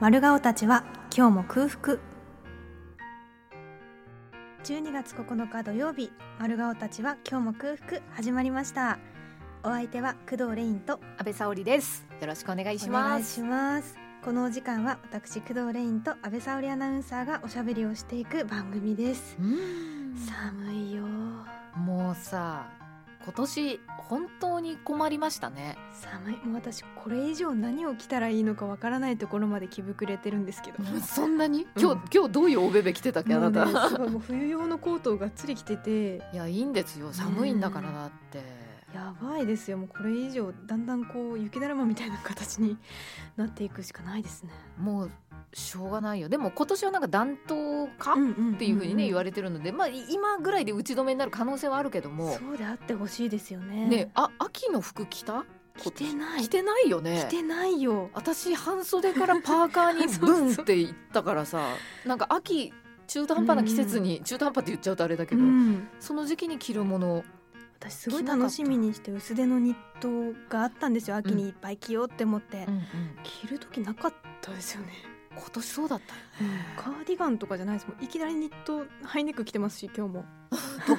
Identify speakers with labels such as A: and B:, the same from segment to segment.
A: 丸顔たちは今日も空腹12月9日土曜日丸顔たちは今日も空腹始まりましたお相手は工藤レインと
B: 安倍沙織です。よろしくお願いし
A: お願
B: ま
A: い
B: す。
A: しますこのお時間は私工藤レインと安倍沙織アナウンサーがおしゃべりをしていく番組です
B: うん
A: 寒いよ
B: もうさ、今年本当に困りましたね。
A: 寒いもう私これ以上何を着たらいいのかわからないところまで着膨れてるんですけ ど
B: そんなに？
A: うん
B: 今日、今日どういうおべべ着てたっけあ
A: もう
B: な
A: ね
B: た？
A: すごいもう冬用のコートをがっつり着てて
B: いやいいんですよ。寒いんだからだって。
A: やばいですよもうこれ以上だんだんこう雪だるまみたいな形になっていくしかないですね。
B: もうしょうがないよ。でも今年はなんか暖冬か
A: んうん
B: っていうふうにね言わ
A: れ
B: れてるので、まあ今ぐらいで打ち止めになる可能性はあるけども。
A: そうであってほしいですよね。
B: ね、あ秋の服着た？
A: 着てない
B: 着てないよね。
A: 着てないよ。
B: 私半袖からパーカーにブンって言ったから さなんか秋中途半端な季節に、中途半端って言っちゃうとあれだけ
A: う
B: ど、
A: ん、
B: その時期に着るもの
A: 私すごい楽しみにして薄手のニットがあったんですよ秋にいっぱい着ようって思って、着る時なかったですよね、
B: 今年そうだったよね、
A: カーディガンとかじゃないですもんいきなりニットハイネック着てますし今日も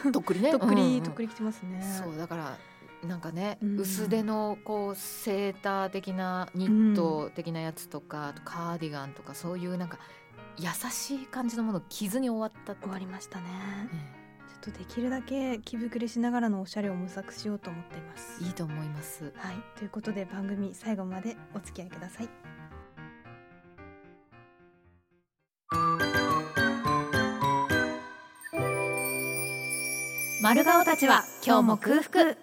B: ととっくりね
A: とっく
B: うんう
A: り
B: ん
A: とっくり着てますね
B: そうだからなんかね、
A: うん
B: 薄手のこうセーター的なニット的なやつとか、あとカーディガンとかそういうなんか優しい感じのもの着ずに終わったって
A: 終わりましたね
B: え
A: ちょっとできるだけ着膨れしながらのおしゃれを模索しようと思っています
B: えいいと思います
A: はいということで番組最後までお付き合いください
B: 丸顔たちは今日も空腹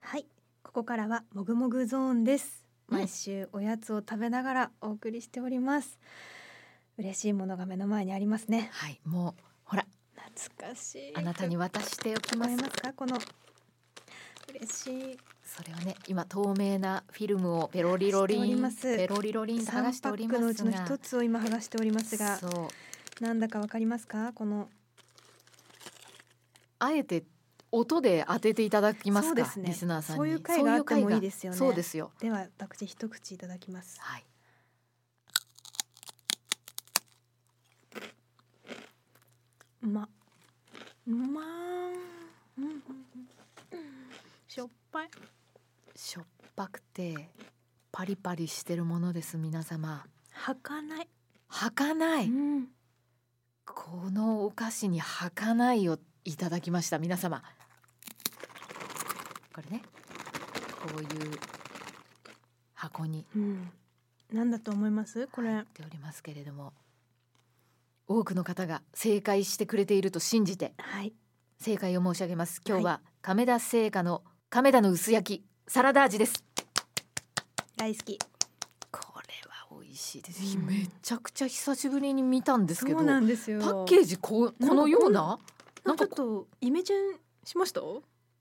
A: はいここからはもぐもぐゾーンです
B: うん
A: 毎週おやつを食べながらお送りしております嬉しいものが目の前にありますね
B: はいもうほら
A: 懐かしい
B: あなたに渡しておき
A: 聞こ
B: ま
A: え
B: す
A: ますかこの嬉しい
B: それをね今透明なフィルムをペロリロリ
A: しておりま
B: ン
A: す
B: ペロリロリン剥が
A: 三
B: して
A: パ
B: おり
A: ッ
B: ま
A: ク
B: す
A: の
B: が
A: うちの一つを今剥がしておりますが
B: そう
A: なんだかわかりますかこの
B: あえて音で当てていただきます
A: そう
B: か
A: ですね
B: リスナーさんに
A: そういう回があってもいいですよね
B: そういう回がそうですよ
A: では私一口いただきます
B: はい
A: うんまうまーんうんうんうんしょっぱい
B: しょっぱくてパリパリしてるものです皆様
A: はかない、
B: はかない
A: うん
B: このお菓子にはかないをいただきました皆様これねこういう箱に
A: うん、なんだと思いますこれ、
B: 入っておりますけれども多くの方が正解してくれていると信じて
A: はい
B: 正解を申し上げます今日は亀田製菓の亀田の薄焼きサラダ味です
A: 大好き
B: これは美味しいです、
A: うん
B: めちゃくちゃ久しぶりに見たんです
A: そ
B: けど
A: う
B: パ
A: なんですよ
B: ッケージこうこのような
A: な
B: なんん
A: か
B: か
A: ちょっとイメチェンしました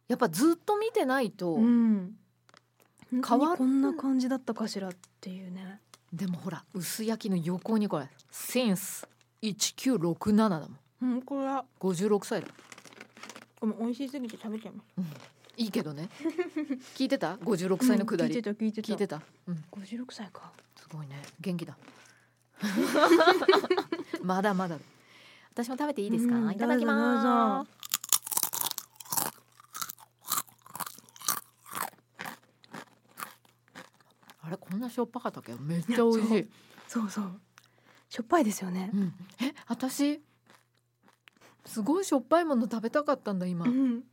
B: やっぱずっと見てないと、
A: うん
B: 変わっ
A: こんな感じだったかしらっていうね
B: でもほら薄焼きの横にこれセンス1967だもん
A: うんこれは
B: 56歳だ、
A: ごめん美味しすぎて食べちゃいまし
B: うんいいけ どね聞いてた56
A: た
B: 歳のくだり、
A: うん聞いてた聞いてた
B: 聞いてた、うん、
A: 五十六歳か
B: すごいね元気だ まだまだ私も食べていいですか、
A: うん
B: いただきますあれこんなしょっぱかったっけめっちゃ美味しい
A: いやそうそうしょっぱいですよね
B: うん、え私すごいしょっぱいもの食べたかったんだ今、
A: うん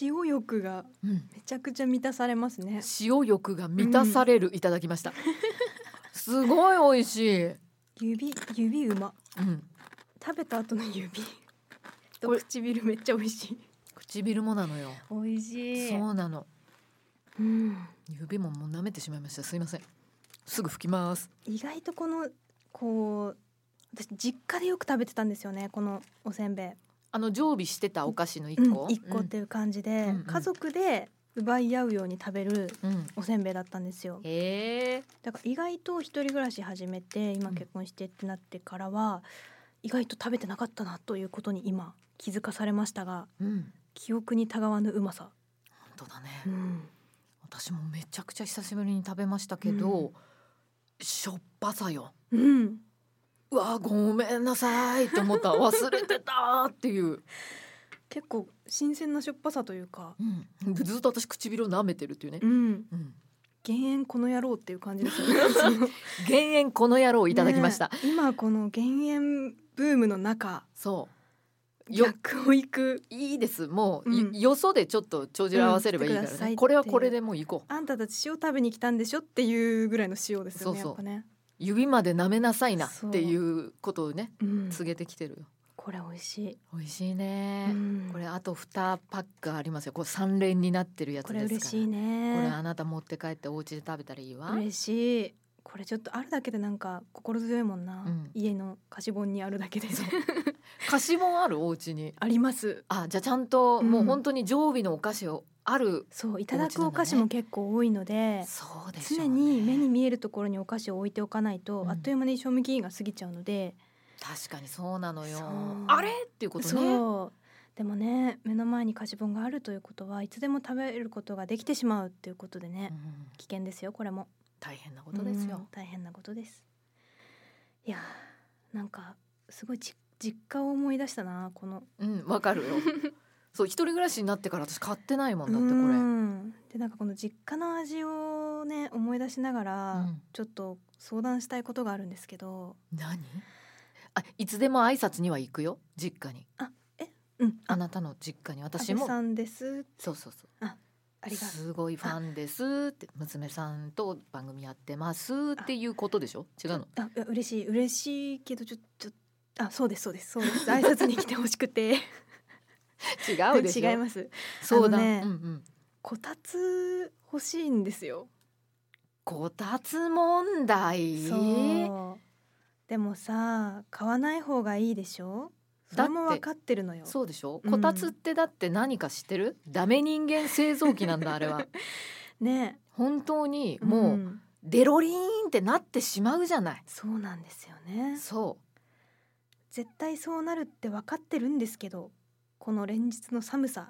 A: 塩欲が
B: うん
A: めちゃくちゃ満たされますね
B: 塩欲が満たされる、いただきましたすごい美味しい、う
A: 指指うま
B: ん、
A: 食べた後の指と
B: これ
A: 唇めっちゃ美味しい
B: 唇もなのよ
A: 美味し
B: そうなの
A: うん、
B: 指ももう舐めてしまいましたすいませんすぐ拭きます
A: 意外とこのこう私実家でよく食べてたんですよねこのおせんべい
B: あの常備してたお菓子の一
A: 一
B: 個、
A: 個,、一個っていう感じで、
B: うんうん
A: 家族で奪い合うように食べる
B: うん、うん
A: おせんべいだったんですよ
B: へえ
A: だから意外と一人暮らし始めて今
B: うん
A: 結婚してってなってからは、意外と食べてなかったなということに今気づかされましたが
B: うん
A: 記憶にたがわぬうまさ、
B: 本当だね、
A: うん
B: 私もめちゃくちゃ久しぶりに食べましたけど、しょっぱさよ
A: うん
B: うわごめんなさいって思 った忘れてたっていう、
A: 結構新鮮なしょっぱさというか、
B: うん、ずっと私唇を舐めてるっていうね
A: う、ん、
B: うん、
A: 減塩この野郎っていう感じ ですよね
B: 減塩この野郎いただきました、
A: ねえ今この減塩ブームの中
B: そうよ
A: 逆を行く
B: いいですもう、
A: うん
B: よよそでちょっと帳尻合わせればいいからね、
A: うん来てくださいって
B: これはこれでもう行こう
A: あんたたち塩食べに来たんでしょっていうぐらいの塩ですよね
B: そうそう
A: やっぱね、
B: 指まで舐めなさいなっていうことをね
A: うん、
B: 告げてきてるよ
A: これ美味しい、
B: 美味しいうね、
A: ん
B: これあと2パックありますよこれ3連になってるやつ
A: こ
B: です
A: れ
B: から
A: 嬉しい
B: これ
A: ね
B: あなた持って帰ってお家で食べたらいいわ
A: 嬉しいこれちょっとあるだけでなんか心強いもんな、
B: うん
A: 家の貸し本にあるだけで
B: 菓子もあるお家に
A: あります
B: あじゃあちゃんと
A: うん
B: もう本当に常備のお菓子をある、
A: そういただくお菓子も結構多いので、
B: そうでし
A: 常
B: ょう、ね、
A: に目に見えるところにお菓子を置いておかないと、
B: うん
A: あっという間に賞味期限が過ぎちゃうので、
B: 確かにそうなのよ
A: そう
B: あれっていうことね
A: そうでもね目の前に菓子本があるということはいつでも食べることができてしまうっていうことでね、
B: うん
A: 危険ですよこれも
B: 大変なことです
A: うん
B: よ、
A: 大変なことですいやーなんかすごいじ実家を思い出したなこの
B: うんわかる よそう一人暮らしになってから私買ってないもんだってこれ、
A: うんでなんかこの実家の味をね思い出しながら、
B: うん
A: ちょっと相談したいことがあるんですけど
B: 何あいつでも挨拶には行くよ実家に
A: うん
B: あ
A: あ
B: なたの実家に私
A: 安倍
B: も
A: さんです
B: そうそうそう
A: ありがとう
B: すごいファンですって娘さんと番組やってますっていうことでしょ違うの
A: あいや嬉しい嬉しいけどちょちょあそうですそうですそうです 挨拶に来てほしくて
B: 違うでしょ
A: 違います
B: そうだ、
A: あのね
B: うんうん
A: こたつ欲しいんですよ、
B: こたつ問題
A: そうでもさ買わない方がいいでしょそれも
B: だって
A: 分かってるのよ
B: そうでしょ
A: うん
B: こたつってだって何か知ってる、ダメ人間製造機なんだあ れは
A: ね
B: 本当にもう、
A: ん
B: デロリーンってなってしまうじゃない
A: そうなんですよね
B: そ
A: 絶対そうなるって分かってるんですけどこの連日の寒さ、
B: うん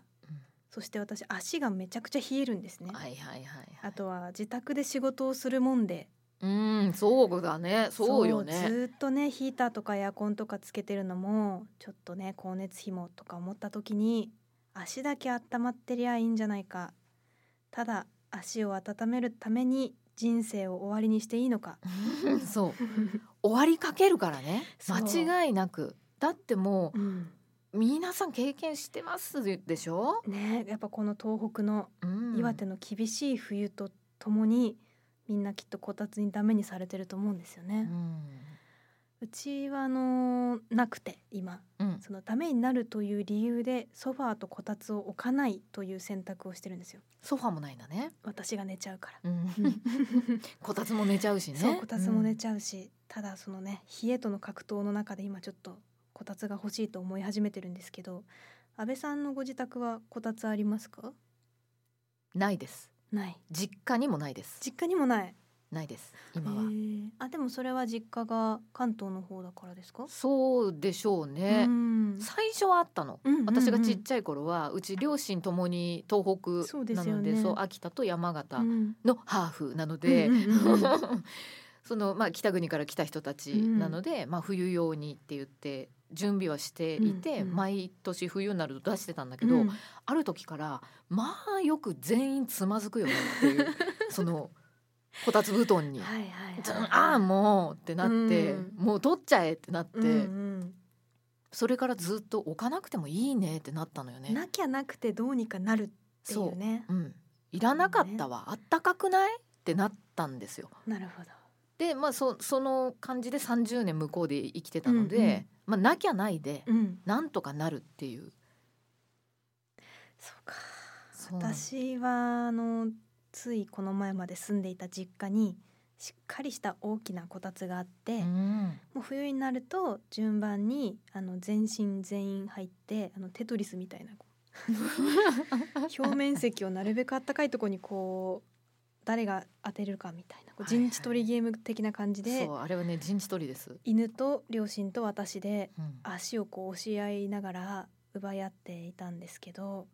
A: そして私足がめちゃくちゃ冷えるんですね
B: うはいはいはいはい
A: あとは自宅で仕事をするもんで
B: うんそうだねそうよ
A: そう
B: ね
A: ずーっとねヒーターとかエアコンとかつけてるのもちょっとね光熱費もとか思った時に足だけ温まってりゃいいんじゃないかただ足を温めるために人生を終わりにしていいの か
B: そう終わりかけるからね
A: そう
B: 間違いなくだっても
A: うん
B: う皆さん経験してますでしょ、
A: ねやっぱこの東北の
B: うん
A: 岩手の厳しい冬とともにみんなきっとこたつにダメにされてると思うんですよ
B: う
A: ね、
B: ん
A: うちはあのーなくて今
B: うん
A: そのためになるという理由でソファーとこたつを置かないという選択をしてるんですよ
B: ソファもないんだね、
A: 私が寝ちゃうから
B: うん こたつも寝ちゃうしね
A: そうこたつも寝ちゃうし、ただそのね冷えとの格闘の中で今ちょっとこたつが欲しいと思い始めてるんですけど安倍さんのご自宅はこたつありますか
B: うんないです
A: ない
B: 実家にもないです
A: 実家にもない
B: ないです今は、
A: へーあでもそれは実家が関東の方だからですか、
B: そうでしょうね
A: う、ん
B: 最初はあったの、
A: うんうんうん
B: 私がちっちゃい頃はうち両親ともに東
A: そう
B: 北
A: で
B: な
A: すよ
B: の
A: ね
B: でそう秋田と山形
A: うん
B: のハーフなので、
A: うんうんうん
B: そのまあ北国から来た人たちなので、まあ冬用にって言って準備はしていて、
A: うんうん
B: 毎年冬になると出してたんだけど、
A: うん
B: ある時からまあよく全員つまずくよねっ ていうそのこたつ布団に。
A: はいはいはい
B: ずんああもうってなって、
A: うん
B: もう取っちゃえってなって、
A: うんうん
B: それからずっと置かなくてもいいねってなったのよね。
A: なきゃなくてどうにかなるってい
B: そう
A: ね
B: う、うん、いらなかったわ、あったかくないってなったんですよ。
A: なるほど
B: でまあそその感じで30年向こうで生きてたので、
A: うんうん
B: まあ、なきゃないで、
A: うん
B: なんとかなるっていう
A: そうか
B: そうなの
A: 私はあのついこの前まで住んでいた実家にしっかりした大きなこたつがあって、
B: う
A: も
B: ん
A: う冬になると順番にあの全身全員入ってあのテトリスみたいなこう 表面積をなるべくあったかいとこにこう誰が当てるかみたいなこう
B: はいはい
A: 陣地取りゲーム的な感じで、
B: そうあれはね陣地取りです。
A: 犬と両親と私で
B: うん
A: 足をこう押し合いながら奪い合っていたんですけど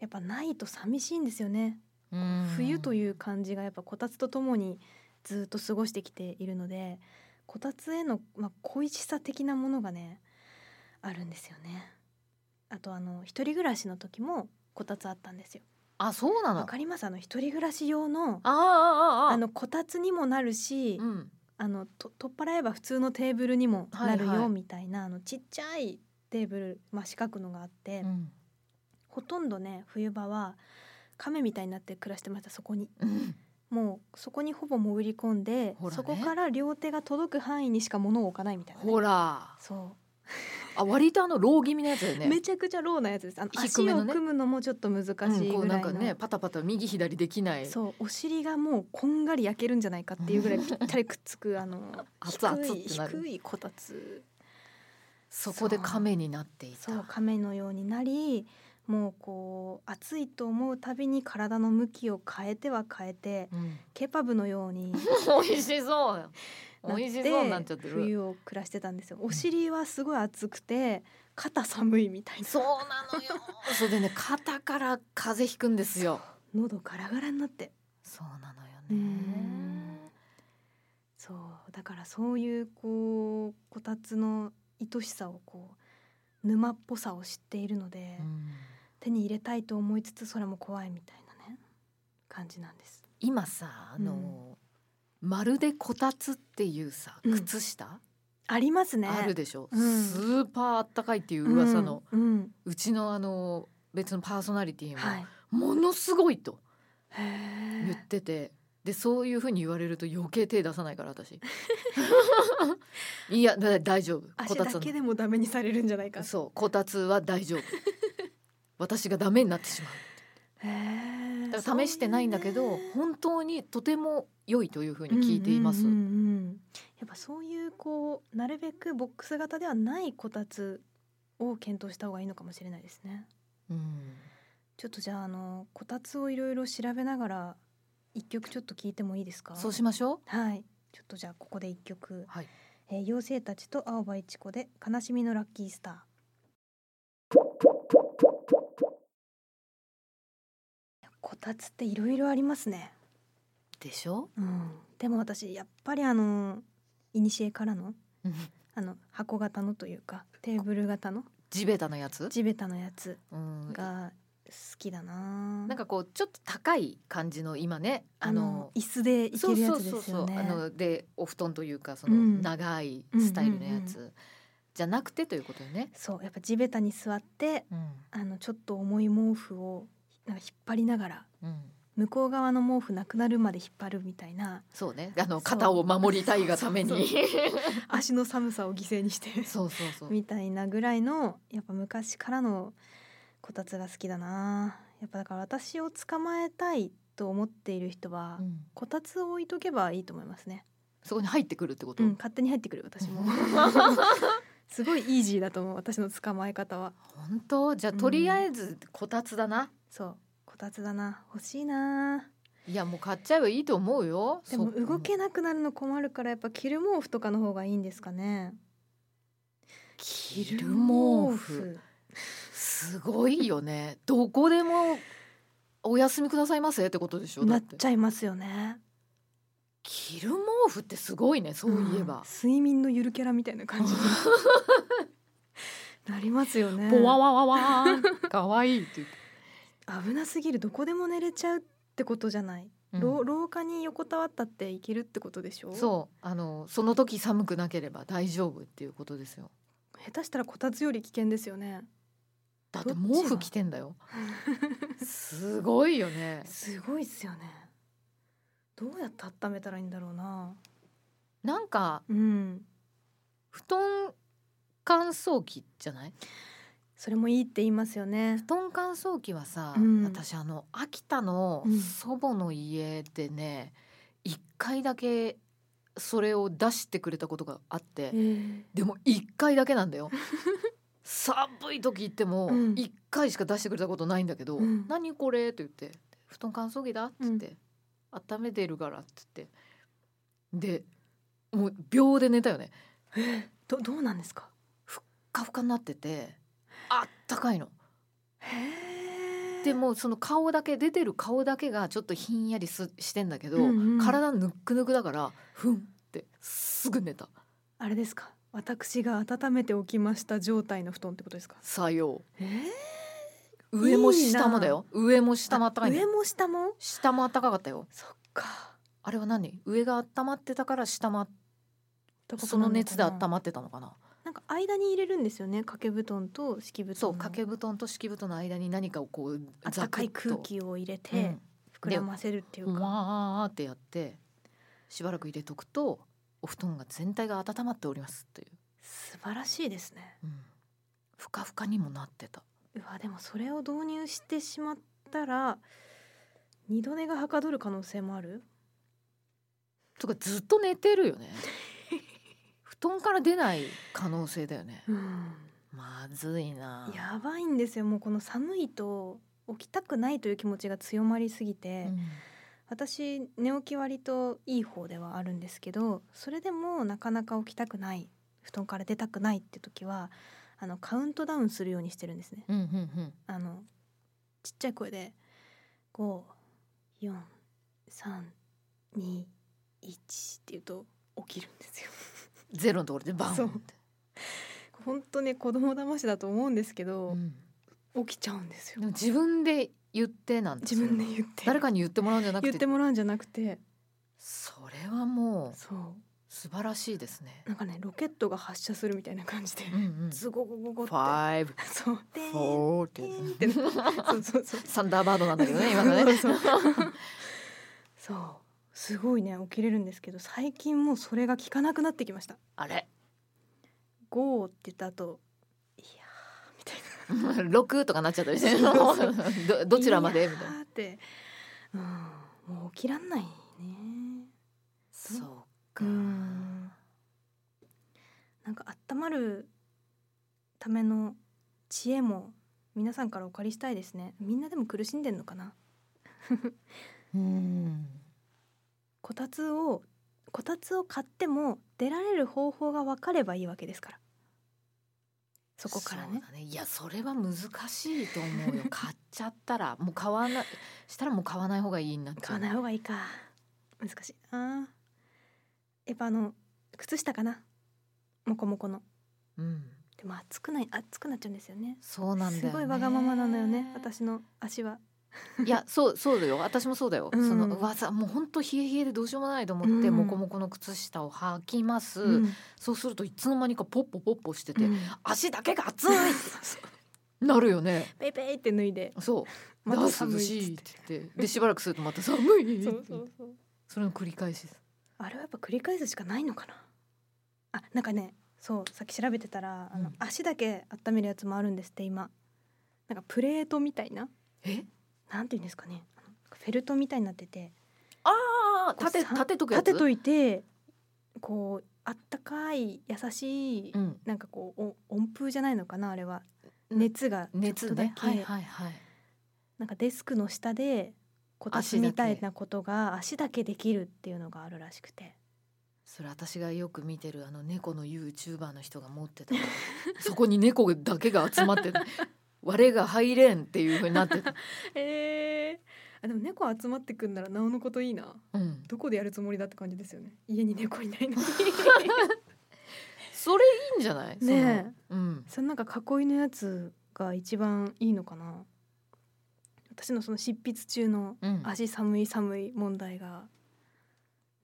A: やっぱないと寂しいんですよね
B: うん
A: 冬という感じがやっぱこたつとともにずっと過ごしてきているのでこたつへの、まあ、恋しさ的なものがねあるんですよねあとあの一人暮らしの時もこたつあったんですよ
B: あそうなの
A: わかりますあの一人暮らし用の
B: あああああ
A: あのこたつにもなるし、
B: うん
A: あのと取っ払えば普通のテーブルにもなる
B: はいは
A: よ
B: い
A: みたいな、あのちっちゃいテーブル、まあ、四角のがあって、
B: うん
A: ほとんどね冬場は亀みたいになって暮らしてましたそこに
B: うん
A: もうそこにほぼ潜り込んで、
B: ほらね
A: そこから両手が届く範囲にしか物を置かないみたいなね、
B: ほら
A: そ
B: あ割とあのロー気味のやつだよ
A: う、
B: ね
A: めちゃくちゃローなやつですあの
B: 低
A: 足
B: めの
A: を
B: ね
A: 組むのもちょっと難しいぐらい
B: うん、こ
A: の、
B: うなんかねパタパタ右左できない
A: そうお尻がもうこんがり焼けるんじゃないかっていうぐらいぴったりくっつくあの
B: 熱々
A: 低い
B: ってなる
A: 低いこたつ
B: そこで亀になっていた
A: そう亀のようになりもうこう暑いと思うたびに体の向きを変えては変えて
B: うん、
A: ケパブのように
B: 美味しそう
A: なって
B: 美味しそうになっちゃってる
A: 冬を暮らしてたんですよお尻はすごい暑くて肩寒いみたいな
B: そうなのよそれでね肩から風邪ひくんですよ
A: 喉ガラガラになって
B: そうなのよ
A: う
B: ね
A: んそうだからそういうこうこたつの愛しさをこう沼っぽさを知っているので、
B: うん
A: 手に入れたいと思いつつそれも怖いみたいなね感じなんです。
B: 今さあの、まるでこたつっていうさ
A: うん
B: 靴下、
A: ありますね。
B: あるでしょ、
A: うん
B: スーパーあったかいっていう噂の、
A: うん、うん
B: うちのあの別のパーソナリティも、
A: はい。
B: ものすごいと
A: へ
B: 言
A: え
B: っ。ててでそういうふうに言われると余計手出さないから 私いやだ大丈夫こ
A: 足
B: た
A: だ
B: つ
A: けでもダメにされるんじゃないか。
B: そうこたつは 大丈夫私がダメになってしま
A: へえ
B: うだから試してないんだけ
A: そ
B: ど、
A: ういうね
B: 本当にとても良いというふうに聞いています、
A: うんうんうんうんやっぱそういうこうなるべくボックス型ではないこたつを検討した方がいいのかもしれないですね。
B: うん
A: ちょっとじゃああのこたつをいろいろ調べながら一曲ちょっと聞いてもいいですか。
B: そうしましょう
A: はい。ちょっとじゃあここで一曲。
B: はい
A: えー妖精たちと青葉一子で悲しみのラッキースター。こたつっていろいろありますね。
B: でしょ
A: うん。でも私やっぱりあの古からの
B: うん
A: あの箱型のというかテーブル型の
B: 地べたのやつ、
A: 地べたのやつ
B: うん、
A: が好きだな。
B: なんかこうちょっと高い感じの今ねあ
A: あの
B: の
A: 椅子でいけるやつ
B: そう
A: で
B: そう
A: す
B: そうそ
A: よ
B: うあ
A: ね。
B: のでお布団というかそうの
A: ん
B: 長いスタイルのやつ、
A: う
B: じゃなくてということよね。
A: そうやっぱ地べたに座って
B: うん
A: あのちょっと重い毛布をなんか引っ張りながら
B: うん、
A: 向こう側の毛布なくなるまで引っ張るみたいな
B: そうねあ
A: そ
B: の
A: う
B: 肩を守りたいがために
A: そう足の寒さを犠牲にして
B: そうそうそう
A: みたいなぐらいのやっぱ昔からのこたつが好きだなやっぱだから私を捕まえたいと思っている人は、
B: うん
A: こたつを置いとけばいいと思いますね、
B: そこに入ってくるってこと、
A: うん、勝手に入ってくる私 もすごいイージーだと思う私の捕まえ方は
B: 本当じゃあとりあえずこたつだな、
A: そうこたつだな欲しいない
B: やもう買っちゃえばいいと思うよ
A: でも
B: そ
A: 動けなくなるの困るからやっぱ着る毛布とかの方がいいんですかね
B: 着る毛布すごいよねどこでもお休みくださいませってことでしょだ
A: な
B: っ
A: ってちゃいますよね
B: 着る毛布ってすごいねそういえ
A: う
B: ば、
A: ん睡眠のゆるキャラみたいな 感じになりますよね
B: ぽわわわわーんかわいいって言って
A: 危なすぎるどこでも寝れちゃうってことじゃない、
B: うん
A: ろ廊下に横たわったっていけるってことでしょ
B: そうあのその時寒くなければ大丈夫っていうことですよ
A: 下手したらこたつより危険ですよね
B: だって
A: どっち
B: 毛
A: が
B: 布着てん だよすごいよね
A: すごいっすよねどうやって温めたらいいんだろうな
B: なんか
A: うん
B: 布団乾燥機じゃない
A: それもいいって言いますよね
B: 布団乾燥機はさ、
A: うん
B: 私あの秋田の
A: うん
B: 祖母の家でね一、回だけそれを出してくれたことがあって、
A: え
B: でも一回だけな んだよ寒い時行っても
A: うん
B: 一回しか出してくれたことないんだけど「
A: うん
B: 何これ?」って言って「布団乾燥機だ」って言って「温めてるから」って言ってでもう秒で寝たよね
A: えどどうなんですか
B: ふっかふかになっててあったかいの。
A: へえ
B: でもその顔だけ出てる顔だけがちょっとひんやりすしてんだけど、
A: うんうん
B: 体ぬっくぬくだからふんってすぐ寝た
A: あれですか私が温めておきました状態の布団ってことですか
B: さよ
A: え
B: う上も下もだよ上も下もあったかいんだ
A: 上
B: よ
A: も下も
B: 下もあったかかったよ
A: そっか
B: あれは何上が温まってたから下もその熱で温まってたのかな
A: なんか間に入れるんですよね掛け布団と敷布団
B: そう
A: の
B: 掛け布団と敷布団の間に何かをこう
A: あったかい空気を入れ
B: で、、
A: て膨らませるっていううんか、
B: わーってやってしばらく入れとくとお布団が全体が温まっておりますという、
A: 素晴らしいですね
B: うん、ふかふかにもなってた
A: うわでもそれを導入してしまったら二度寝がはかどる可能性もある
B: とかずっと寝てるよね 布団から出ない可能性だよね
A: うん
B: まずいな
A: やばいんですよもうこの寒いと起きたくないという気持ちが強まりすぎて、
B: うん
A: 私寝起き割といい方ではあるんですけどそれでもなかなか起きたくない布団から出たくないって時はあのカウントダウンするようにしてるんですね。
B: うんうん
A: あのちっちゃい声で5432って言うと起きるんですよ。
B: うんゼロのところでバンって
A: そう本当ね子供騙しだと思うんですけど
B: う、ん
A: 起きちゃうんです
B: で
A: よ
B: も。自分で言ってなんです
A: 自
B: よ
A: 分で言って
B: 誰かに言ってもらうんじゃなく
A: 言
B: て
A: ってもらうんじゃなくて
B: それはもう
A: そ
B: 素晴らしいですね
A: う。なんかねロケットが発射するみたいな感じで、
B: うんうん。
A: ズゴゴゴゴって。
B: five
A: そう。でーん
B: four って
A: でーんって。そうそうそう。
B: サンダーバードなんだけどね今の ね。
A: そうそう。すごいね起きれるんですけど最近もうそれが効かなくなってきました。
B: あれ
A: ゴーって言った後いやーみたい
B: 六とかなっちゃったりして
A: そうそう
B: ど
A: な。
B: どちらまでみたい
A: い
B: な。
A: な。ってうんもう起きらんないね。
B: そう
A: う
B: か。
A: ん。なんか温まるための知恵も皆さんからお借りしたいですね。みんなでも苦しんでんのかな。
B: うん。
A: こたつをこたつを買っても出られる方法が分かればいいわけですからそこからね
B: そうだ。いやそれは難しいと 思うよ。買っちゃったらもう買わなしたらもう買わない方がいいになっちゃう。
A: 買わない方がいいか難しいなやっぱあの靴下かなもこもこの
B: うん。
A: でも暑くない暑くなっちゃうんですよね
B: そうなんだよ、ね。
A: すごいわがままなのよね私の足はい
B: やそうそうだよ私もそうだよ、
A: うん
B: そのわざもうほんと冷え冷えでどうしようもないと思って、
A: うん
B: もこもこの靴下を履きます、
A: うん
B: そうするといつの間にかポッポポッポしてて、
A: うん
B: 足だけが熱いってなるよね
A: ペイペイって脱いで
B: そう
A: ま
B: だ
A: た
B: 涼
A: 寒
B: し
A: い
B: い
A: っ
B: っ
A: つって
B: 言ってでしばらくするとまた寒い
A: そうそうそう
B: それの繰り返しです
A: あれはやっぱ繰り返すしかないのかなあなんかねそうさっき調べてたらあの、
B: うん
A: 足だけ温めるやつもあるんですって今なんかプレートみたいな
B: え
A: なんていうんですかねあのフェルトみたいになってて
B: ああ
A: こう
B: 立て
A: さ
B: 立てとくや
A: 立
B: つ
A: てといてこうあったかい優しい、
B: うん
A: なんかこうお温風じゃないのかなあれは熱がちょっ
B: 熱
A: とだけ、
B: ねはいはいはい
A: なんかデスクの下でこたつみたいなことが足だけできるっていうのがあるらしくて
B: それ私がよく見てるあの猫のユーチューバーの人が持って たからそこに猫だけが集まってて我が入れんっていうふうに なってた、
A: えー、あでも猫集まってくんならなおのこといいな
B: うん、
A: どこでやるつもりだって感じですよね家に猫い ないのに
B: それいいんじゃないその
A: ね
B: うん
A: そのなんか囲いのやつが一番いいのかな私のその執筆中の
B: うん
A: 足寒い寒い問題が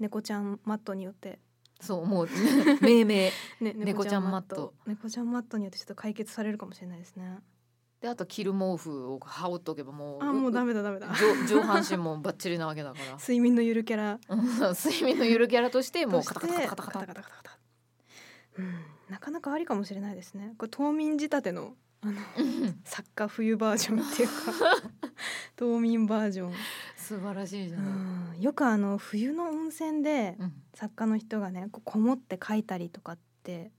A: 猫ちゃんマットによって
B: そ うもう命名
A: ね
B: 猫ちゃんマット
A: 猫ちゃんマットによってちょっと解決されるかもしれないですね
B: であと着る毛布を羽織っとけばもう
A: あもうダメだダメだ
B: 上上半身もバッチリなわけだか
A: 睡眠のゆるキャラ
B: らう ん 睡眠のゆるキャラとしてもうカタカタカタカ
A: カ
B: タ
A: タカタカタうんなかなかありかもしれないですねこれ冬眠仕立てのあの
B: うん
A: 作家冬バージョン っていうか冬眠バージョン
B: 素晴らしいじゃない、
A: うんよくあの冬の温泉で
B: うん
A: 作家の人がねこうこもって書いたりとかって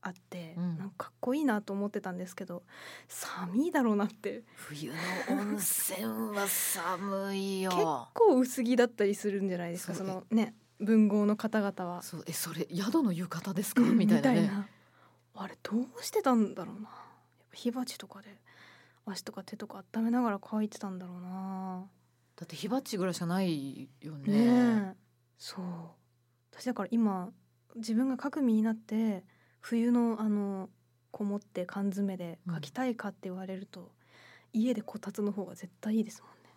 A: あって、
B: うん
A: なんかかっこいいなと思ってたんですけど寒いだろうなって
B: 冬の温泉は寒い
A: 結
B: よ
A: 構薄着だったりするんじゃないですか
B: そ
A: そうのね文豪の方々は。
B: そうえそれ宿の浴衣ですかみたいなね
A: あれどうしてたんだろうなやっぱ火鉢とかで足とか手とか温めながら書いてたんだろうな
B: だって火鉢ぐらいしかないよね
A: ねえそう私だから今自分が書く身になって冬のあのこもって缶詰で書きたいかって言われると、家でこたつの方が絶対いいですもんね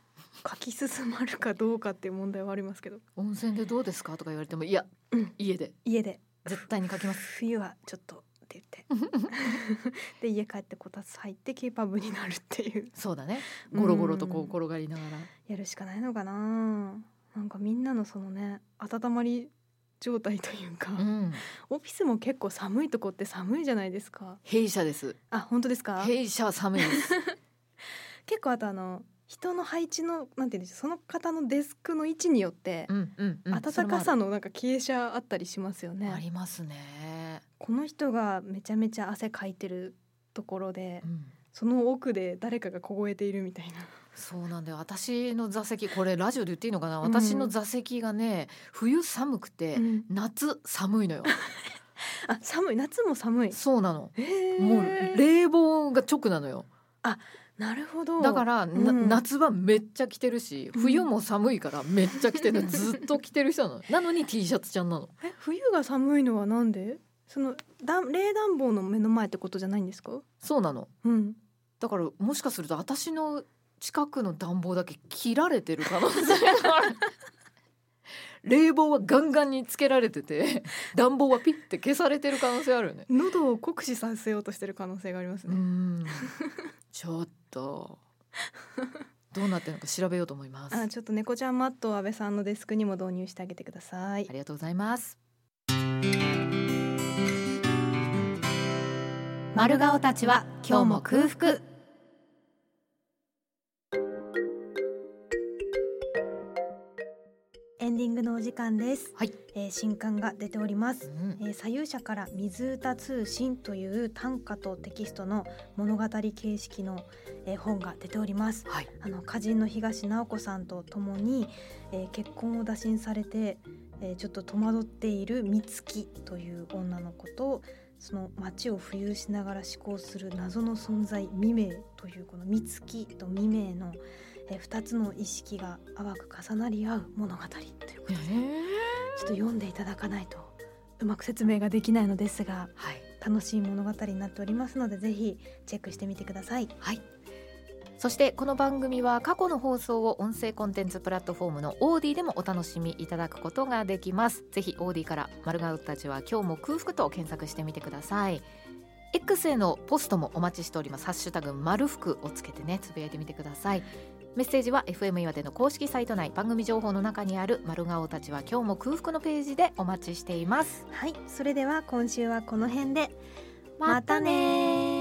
A: 書き進まるかどうかっていう問題はありますけど
B: 温泉でどうですかとか言われてもいや、
A: うん
B: 家で
A: 家で
B: 絶対に書きます
A: 冬はちょっとって言って で家帰ってこたつ入ってケーパブになるっていう
B: そうだねゴロゴロとこ
A: う
B: うん転がりながら、
A: やるしかないのかななんかみんなのそのね温まり状態というか、
B: うん、
A: オフィスも結構寒いとこって寒いじゃないですか
B: 弊社です
A: あ本当ですか
B: 弊社は寒いです
A: 結構あとあの人の配置のなんていうんでしょうその方のデスクの位置によって
B: うんうん、 うん、
A: 暖か
B: それ
A: さ
B: も
A: のなんか傾斜あったりしますよ
B: あるあ
A: ね
B: りますね、
A: この人がめちゃめちゃ汗かいてるところで
B: うん、
A: その奥で誰かが凍えているみたいな
B: そうなんだよ私の座席これラジオで言っていいのかな
A: うん
B: 私の座席がね冬寒くて、
A: うん
B: 夏寒いのよ
A: あ寒い夏も寒い
B: そうなの
A: へー
B: もう冷房が直なのよ
A: なるほど
B: だから、な
A: うん
B: 夏はめっちゃ着てるし
A: うん
B: 冬も寒いからめっちゃ着 てるずっと着てる人なのなのに T シャツちゃんなの
A: え冬が寒いのはなんでそのだ冷暖房の目の前ってことじゃないんですか
B: そうなの
A: うん
B: だからもしかすると私の近くの暖房だけ切られてる可能性がある 冷房はガンガンにつけられて て暖房はピッて消されてる可能性あるよね
A: 喉を酷使させようとしてる可能性があります
B: う
A: ね、
B: んちょっとどうなってるのか調べようと思います
A: あちょっと猫ちゃんマットを安倍さんのデスクにも導入してあげてください
B: ありがとうございます。丸顔たちは今日も空腹。
A: エンディングのお時間です、
B: はい
A: えー新刊が出ております
B: うん
A: えー左右者から水歌通信という短歌とテキストの物語形式の、えー本が出ております
B: はい。
A: あの歌人の東直子さんと共に、えー結婚を打診されて、えーちょっと戸惑っている美月という女の子とその街を浮遊しながら思考する謎の存在未明というこの美月と未明の、えー、2つの意識が淡く重なり合う物語ということでちょっと読んでいただかないとうまく説明ができないのですが
B: はい。
A: 楽しい物語になっておりますのでぜひチェックしてみてください。
B: はい。そしてこの番組は過去の放送を音声コンテンツプラットフォームのオーディでもお楽しみいただくことができます。ぜひオーディから丸顔たちは今日も空腹と検索してみてください。X へのポストもお待ちしております。ハッシュタグ丸服をつけてねつぶやいてみてください。メッセージは FM 岩手の公式サイト内番組情報の中にある丸顔たちは今日も空腹のページでお待ちしています。
A: はい、それでは今週はこの辺で
B: またねー